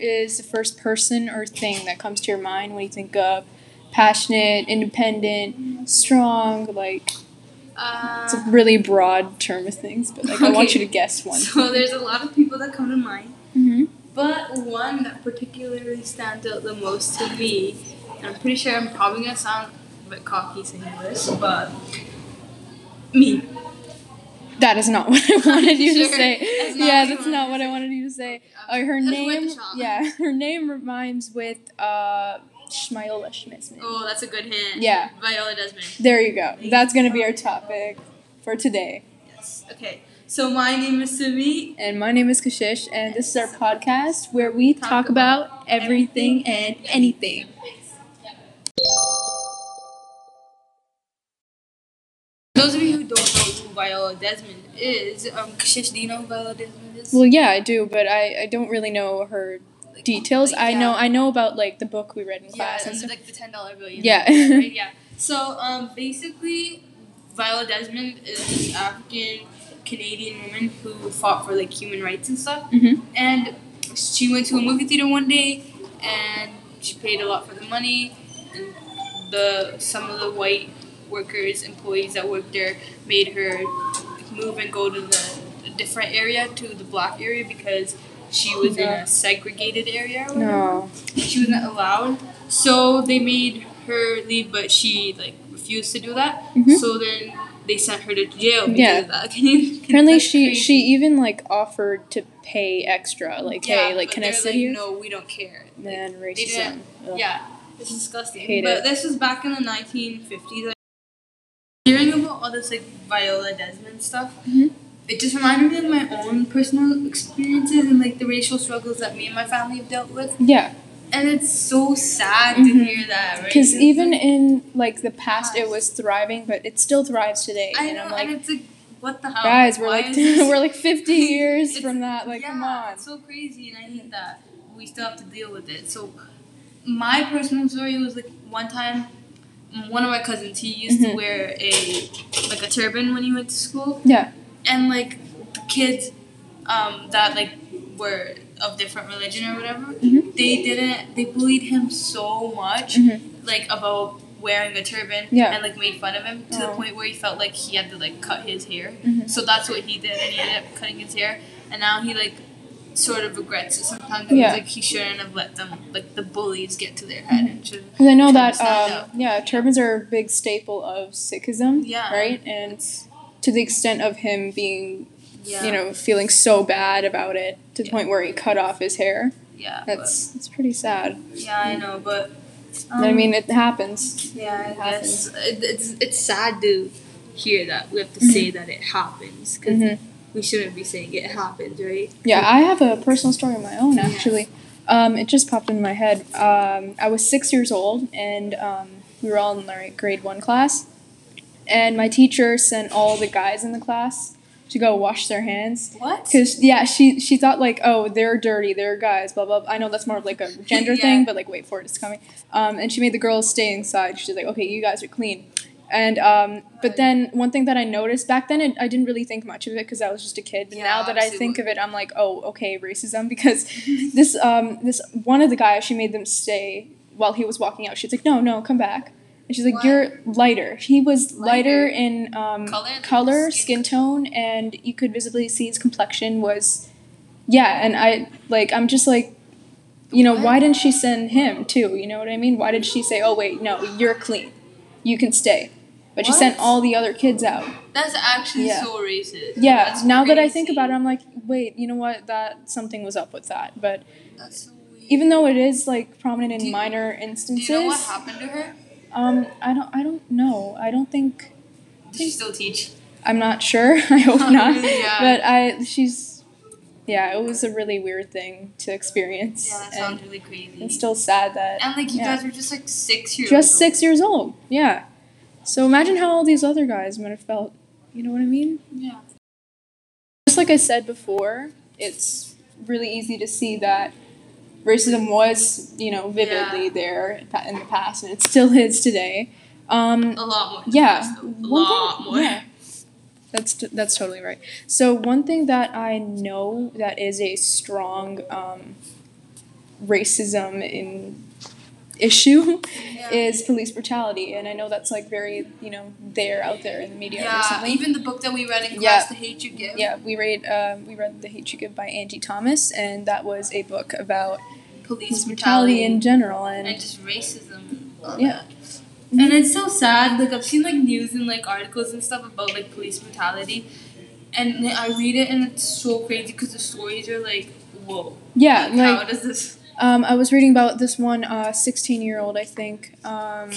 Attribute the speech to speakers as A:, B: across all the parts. A: is the first person or thing that comes to your mind when you think of passionate, independent, strong? Like,
B: Uh,
A: it's a really broad term of things, but like, I want
B: Okay.
A: you to guess one.
B: so there's a lot of people that come to mind,
A: Mm-hmm.
B: but one that particularly stands out the most to me, and I'm pretty sure I'm probably gonna sound a bit cocky saying this, but me.
A: That is not what I wanted you to
B: Sure,
A: say.
B: that's not
A: yeah,
B: what you
A: that's not
B: wanted
A: what
B: to
A: I wanted you to say.
B: Um,
A: Uh, her
B: that's
A: name,
B: With Sean.
A: yeah, her name rhymes with uh, Shmyola Schmitzman.
B: Oh, that's a good hint.
A: Yeah.
B: Viola Desmond.
A: There you go. That's gonna be our topic for today.
B: Yes. Okay. So my name is Sumi.
A: And my name is Kashish, and this is our podcast where we
B: Talk
A: talk about everything and anything.
B: Those of you who don't know who Viola Desmond is, um, Kashish, do you know who Viola Desmond is?
A: Well, yeah, I do, but I, I don't really know her
B: Like,
A: details. I know I
B: yeah.
A: know about like the book we read in
B: Yeah,
A: class and
B: and
A: stuff.
B: like the ten dollar bill. you know,
A: Yeah.
B: right? Yeah. So um, basically, Viola Desmond is this African Canadian woman who fought for like human rights and stuff.
A: Mhm.
B: And she went to a movie theater one day, and she paid a lot for the money, and the some of the white workers, employees that worked there, made her move and go to the a different area to the black area because she was in a segregated area. or whatever
A: No.
B: she wasn't allowed. So they made her leave, but she like refused to do that.
A: Mhm.
B: So then they sent her to jail because
A: Yeah.
B: of that. Can you-
A: Apparently,
B: that's
A: she
B: crazy.
A: she even like offered to pay extra. Like,
B: yeah,
A: hey, like,
B: but
A: can I
B: they're
A: sit
B: like,
A: here?
B: No, we don't care. Like,
A: Man, racism.
B: didn't-
A: Ugh.
B: yeah, it's disgusting.
A: Hate
B: but
A: it.
B: this was back in the 1950s. Like, hearing about all this like Viola Desmond stuff,
A: Mhm.
B: it just reminded me of my own personal experiences and like the racial struggles that me and my family have dealt with.
A: Yeah,
B: And it's so sad to
A: Mhm.
B: hear that, right?
A: because
B: It's
A: even
B: like-
A: in like the past, it
B: Past.
A: was thriving, but it still thrives today.
B: I
A: and
B: know,
A: I'm like,
B: and it's like, what the hell?
A: guys, we're
B: Why
A: like
B: is this-
A: we're like 50 years
B: It's-
A: from that. Like,
B: yeah,
A: come on.
B: It's so crazy, and I hate that we still have to deal with it. So, my personal story was like one time, mm, one of my cousins he used
A: Mhm.
B: to wear a like a turban when he went to school.
A: Yeah.
B: And like the kids, um, that like were of different religion or whatever,
A: Mhm.
B: they didn't. They bullied him so much,
A: Mhm.
B: like about wearing a turban
A: Yeah.
B: and like made fun of him to the
A: Oh.
B: point where he felt like he had to like cut his hair
A: Mhm.
B: so that's what he did and he ended up cutting his hair and now he like sort of regrets it sometimes
A: Yeah.
B: like he shouldn't have let them like the bullies get to their head and should
A: Because I know
B: Turbans
A: that,
B: stand
A: um, yeah, turbans are a big staple of Sikhism,
B: Yeah.
A: Mm-hmm. right? And to the extent of him being,
B: yeah
A: you know, feeling so bad about it to the
B: Yeah.
A: point where he cut off his hair,
B: yeah
A: that's it's pretty sad.
B: but, yeah I know but um,
A: And I mean, it happens.
B: yeah
A: it
B: I guess
A: happens.
B: it, it's it's sad to hear that we have to
A: Mhm.
B: say that it happens because
A: Mhm.
B: we shouldn't be saying it happens right
A: Yeah, I have a personal story of my own,
B: Yes.
A: actually. Um, it just popped in my head. Um, I was six years old, and um, we were all in our grade one class. And my teacher sent all the guys in the class to go wash their hands.
B: what
A: Cause yeah, she she thought like, oh, they're dirty, they're guys, blah blah. blah. I know that's more of like a gender
B: Yeah.
A: thing, but like, wait for it, it's coming. Um, and she made the girls stay inside. She's like, okay, you guys are clean. And um, but then one thing that I noticed back then, it, I didn't really think much of it because I was just a kid. But
B: Yeah,
A: now that I
B: obviously
A: think of it, I'm like, oh, okay, racism. Because this um this one of the guys, she made them stay while he was walking out. She's like, no, no, come back. And she's like,
B: What?
A: you're lighter. He was lighter,
B: Lighter?
A: in um,
B: Color? Like
A: color,
B: skin
A: skin tone, and you could visibly see his complexion was, yeah. And I like, I'm just like, you know, why
B: What?
A: didn't she send him too? You know what I mean? Why did she say, oh wait, no, you're clean, you can stay? But she sent
B: What?
A: all the other kids out.
B: that's actually
A: Yeah.
B: so racist
A: Yeah.
B: That's
A: now that I think
B: crazy.
A: about it, I'm like, wait, you know what? That something was up with that. But
B: that's so weird.
A: even though it is like prominent in
B: Do you-
A: minor
B: do
A: instances,
B: you know what happened to her
A: um, I don't, I don't know. I don't think.
B: Does she still teach?
A: I'm not sure. I hope
B: Not
A: not.
B: Oh, really, yeah.
A: But I she's yeah, it was a really weird thing to experience.
B: Yeah, that
A: and
B: sounds really crazy.
A: it's still sad that
B: and like you
A: yeah.
B: guys were just like six years
A: just
B: old.
A: six years old. Yeah. So imagine how all these other guys might have felt. You know what I mean?
B: Yeah.
A: Just like I said before, it's really easy to see that racism was, you know, vividly there in the past and it still is today. Um,
B: A lot more.
A: Yeah.
B: A
A: One thing-
B: lot more.
A: yeah. That's t- that's totally right. So one thing that I know that is a strong um, racism in issue
B: Yeah.
A: is police brutality, and I know that's like very you know there out there in the media
B: yeah,
A: recently.
B: even the book that we read in class,
A: Yeah.
B: The Hate You Give.
A: Yeah, we read uh, we read The Hate You Give by Angie Thomas, and that was a book about
B: Police
A: police brutality
B: brutality
A: in general. And
B: and just racism.
A: Yeah. Mm-hmm.
B: And it's so sad. Like I've seen like news and like articles and stuff about like police brutality, and I read it and it's so crazy because the stories are like, whoa.
A: yeah,
B: like,
A: like
B: how does this?
A: Um, I was reading about this one uh, 16 year old, I think. Um,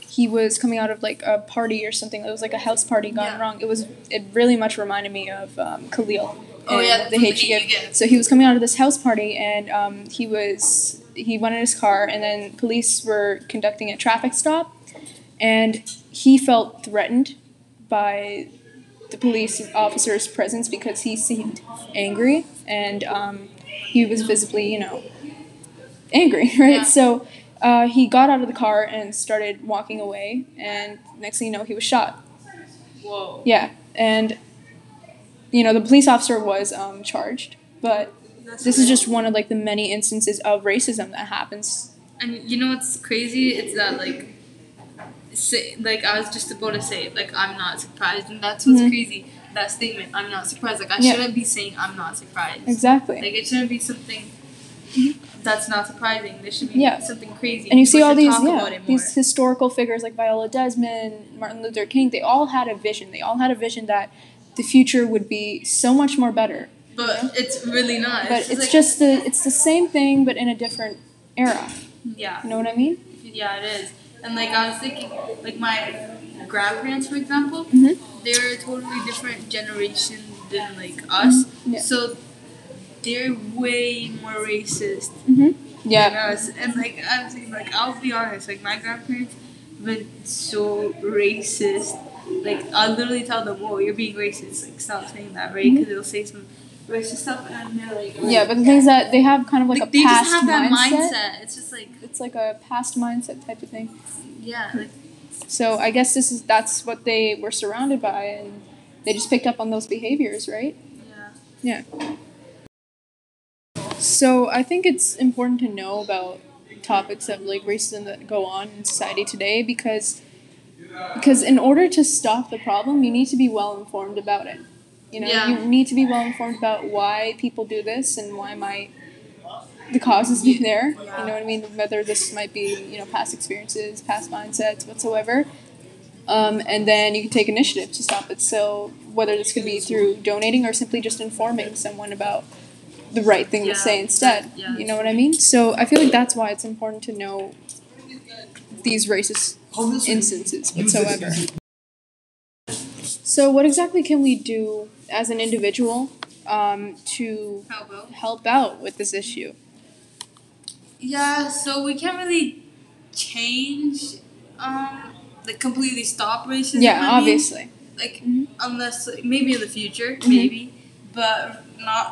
A: he was coming out of like a party or something. It was like a house party gone
B: Yeah.
A: wrong. It was. It really much reminded me of um, Khalil.
B: Oh
A: and
B: yeah,
A: the
B: from
A: hate you give. So he was coming out of this house party, and um, he was he went in his car, and then police were conducting a traffic stop, and he felt threatened by the police officer's presence because he seemed angry, and um, he was visibly, you know, angry, right?
B: Yeah.
A: So. Uh, he got out of the car and started walking away, and next thing you know, he was shot.
B: Whoa.
A: Yeah, and you know the police officer was um, charged, but this is just one of like the many instances of racism that happens.
B: And you know what's crazy? It's that like, say, like I was just about to say, like I'm not surprised, and that's what's
A: Mhm.
B: crazy. That statement, I'm not surprised. Like I
A: Yeah.
B: shouldn't be saying I'm not surprised.
A: Exactly. Mm-hmm.
B: Like it shouldn't be something that's not surprising. There should be
A: Yeah.
B: something crazy.
A: And you see
B: People
A: all
B: should
A: these
B: talk
A: yeah,
B: about it more.
A: these historical figures like Viola Desmond, Martin Luther King, they all had a vision. They all had a vision that the future would be so much more better.
B: but it's really not.
A: But it's
B: like-
A: just the it's the same thing but in a different era.
B: yeah,
A: You know what I mean?
B: yeah, it is. And like I was thinking, like my grandparents, for example,
A: Mhm.
B: they're a totally different generation than like us.
A: Mm-hmm. Yeah.
B: So they're way more racist than
A: Yeah.
B: us. And like I'm saying, like I'll be honest, like my grandparents been so racist. Like I'll literally tell them, "Oh, you're being racist. Like stop saying that, right?" Because they'll say some racist stuff, and I'm like,
A: Mm-hmm. Yeah, but the thing is that they have kind of like,
B: like,
A: a
B: they
A: past
B: just have that
A: mindset.
B: mindset. It's just like
A: It's like a past mindset type of thing.
B: yeah, like
A: So I guess this is that's what they were surrounded by, and they just picked up on those behaviors, right?
B: yeah.
A: So I think it's important to know about topics of like racism that go on in society today because because in order to stop the problem, you need to be well informed about it. You know,
B: Yeah.
A: you need to be well informed about why people do this and why might the causes be there. You know what I mean? Whether this might be you know past experiences, past mindsets, whatsoever. Um, and then you can take initiative to stop it. So whether this could be through donating or simply just informing someone about the right thing
B: Yeah.
A: to say instead.
B: Yeah.
A: You know what I mean? So I feel like that's why it's important to know these racist instances whatsoever. So what exactly can we do as an individual um, to
B: How about?
A: help out with this issue?
B: Yeah, so we can't really change, um, like completely stop racism. I
A: Yeah,
B: mean.
A: obviously.
B: Like
A: Mhm.
B: unless like, maybe in the future,
A: Mhm.
B: maybe, but not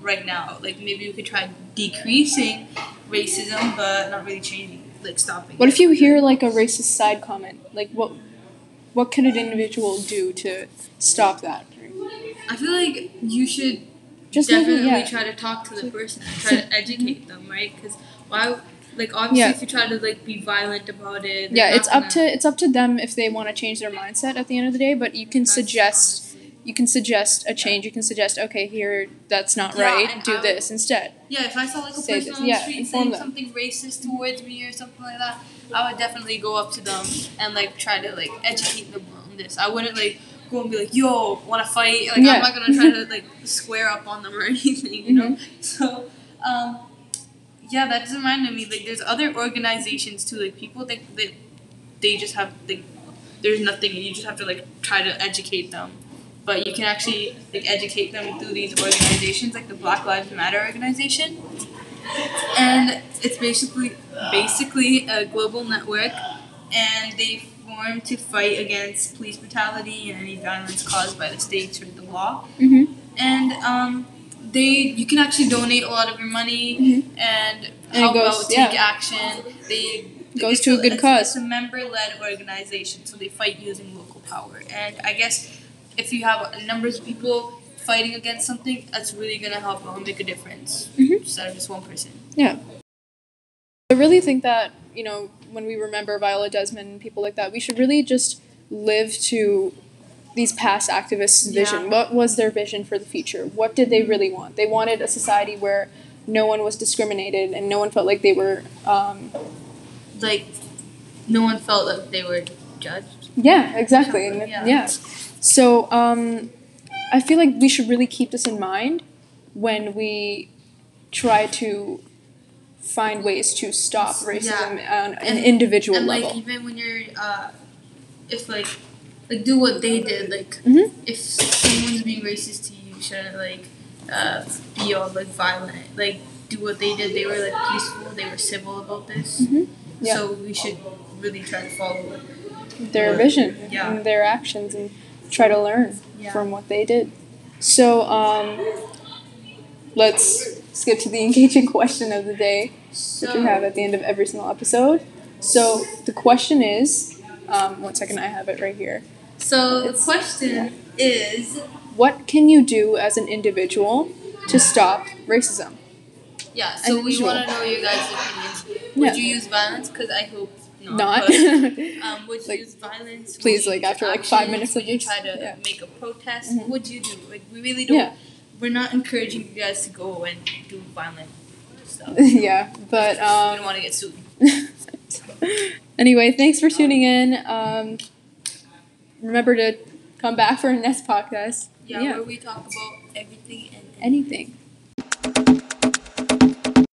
B: right now. Like maybe we could try decreasing racism, but not really changing, like stopping.
A: What
B: it.
A: if you hear like a racist side comment? Like what what could an individual do to stop that?
B: I feel like you should
A: Just maybe,
B: definitely
A: yeah.
B: try to talk to the person, try to educate them, right? Because why? Like obviously,
A: Yeah.
B: if you try to like be violent about it, they're
A: yeah,
B: not
A: it's up
B: gonna-
A: to it's up to them if they want to change their mindset at the end of the day, but you can
B: That's
A: suggest
B: honestly-
A: you can suggest a change. You can suggest, okay, here that's not
B: Yeah,
A: right.
B: and
A: Do
B: I-
A: this instead.
B: Yeah, if I saw like a
A: Say
B: person
A: this-
B: on the
A: yeah,
B: street
A: inform
B: saying
A: them.
B: something racist towards me or something like that, I would definitely go up to them and like try to like educate them on this. I wouldn't like go and be like, "Yo, want to fight?" Like
A: Yeah.
B: I'm not gonna try to like square up on them or anything, you know. So, um, yeah, that just reminded me like there's other organizations too. Like people think that they just have like there's nothing, and you just have to like try to educate them. But you can actually like educate them through these organizations, like the Black Lives Matter organization and it's basically basically a global network, and they form to fight against police brutality and any violence caused by the states or the law.
A: Mm-hmm.
B: And um, they you can actually donate a lot of your money and
A: Mm-hmm. And it
B: help
A: goes-
B: out,
A: yeah.
B: take action. They
A: Goes
B: it's
A: to a good
B: it's,
A: cause.
B: It's a member-led organization, so they fight using local power. And I guess if you have numbers of people fighting against something, that's really gonna help um, make a difference
A: Mhm.
B: instead of just one person.
A: I really think that, you know, when we remember Viola Desmond and people like that, we should really just live to these past activists'
B: Yeah.
A: vision. What was their vision for the future? What did they really want? They wanted a society where no one was discriminated and no one felt like they were, um,
B: Like, no one felt like they were judged.
A: yeah, exactly. And-
B: Yeah.
A: yeah. So um, I feel like we should really keep this in mind when we try to find ways to stop racism on an
B: And-
A: individual
B: and
A: level.
B: like even when you're, uh, if like, like do what they did. Like,
A: Mhm.
B: if someone's being racist to you, you shouldn't like, uh, be all like violent. Like, do what they did. They were like peaceful. They were civil about this.
A: Mhm. Yeah.
B: So we should really try to follow.
A: their
B: Or-
A: vision
B: yeah.
A: and their actions and try to learn
B: Yeah.
A: from what they did. So um, let's skip to the engaging question of the day,
B: So
A: which we have at the end of every single episode. So the question is um, one second, I have it right here.
B: So the
A: It's-
B: question is,
A: What can you do as an individual to stop racism?
B: yeah. So we
A: Unusual.
B: want to know your guys' opinions. Would
A: Yeah.
B: you use violence? Because I hope
A: Not.
B: not. but, um, would you
A: Like,
B: use violence? Would
A: please,
B: you
A: like,
B: take
A: after, like, five
B: action?
A: minutes
B: Would
A: of
B: you
A: this,
B: try to
A: yeah.
B: make a protest?
A: Mhm.
B: Would you do? Like, we really don't.
A: yeah,
B: We're not encouraging you guys to go and do violent stuff.
A: yeah, but
B: we
A: um,
B: don't want to get sued.
A: anyway, thanks for tuning in. Um, remember to come back for our next podcast.
B: Yeah,
A: yeah.
B: where we talk about everything and
A: Anything.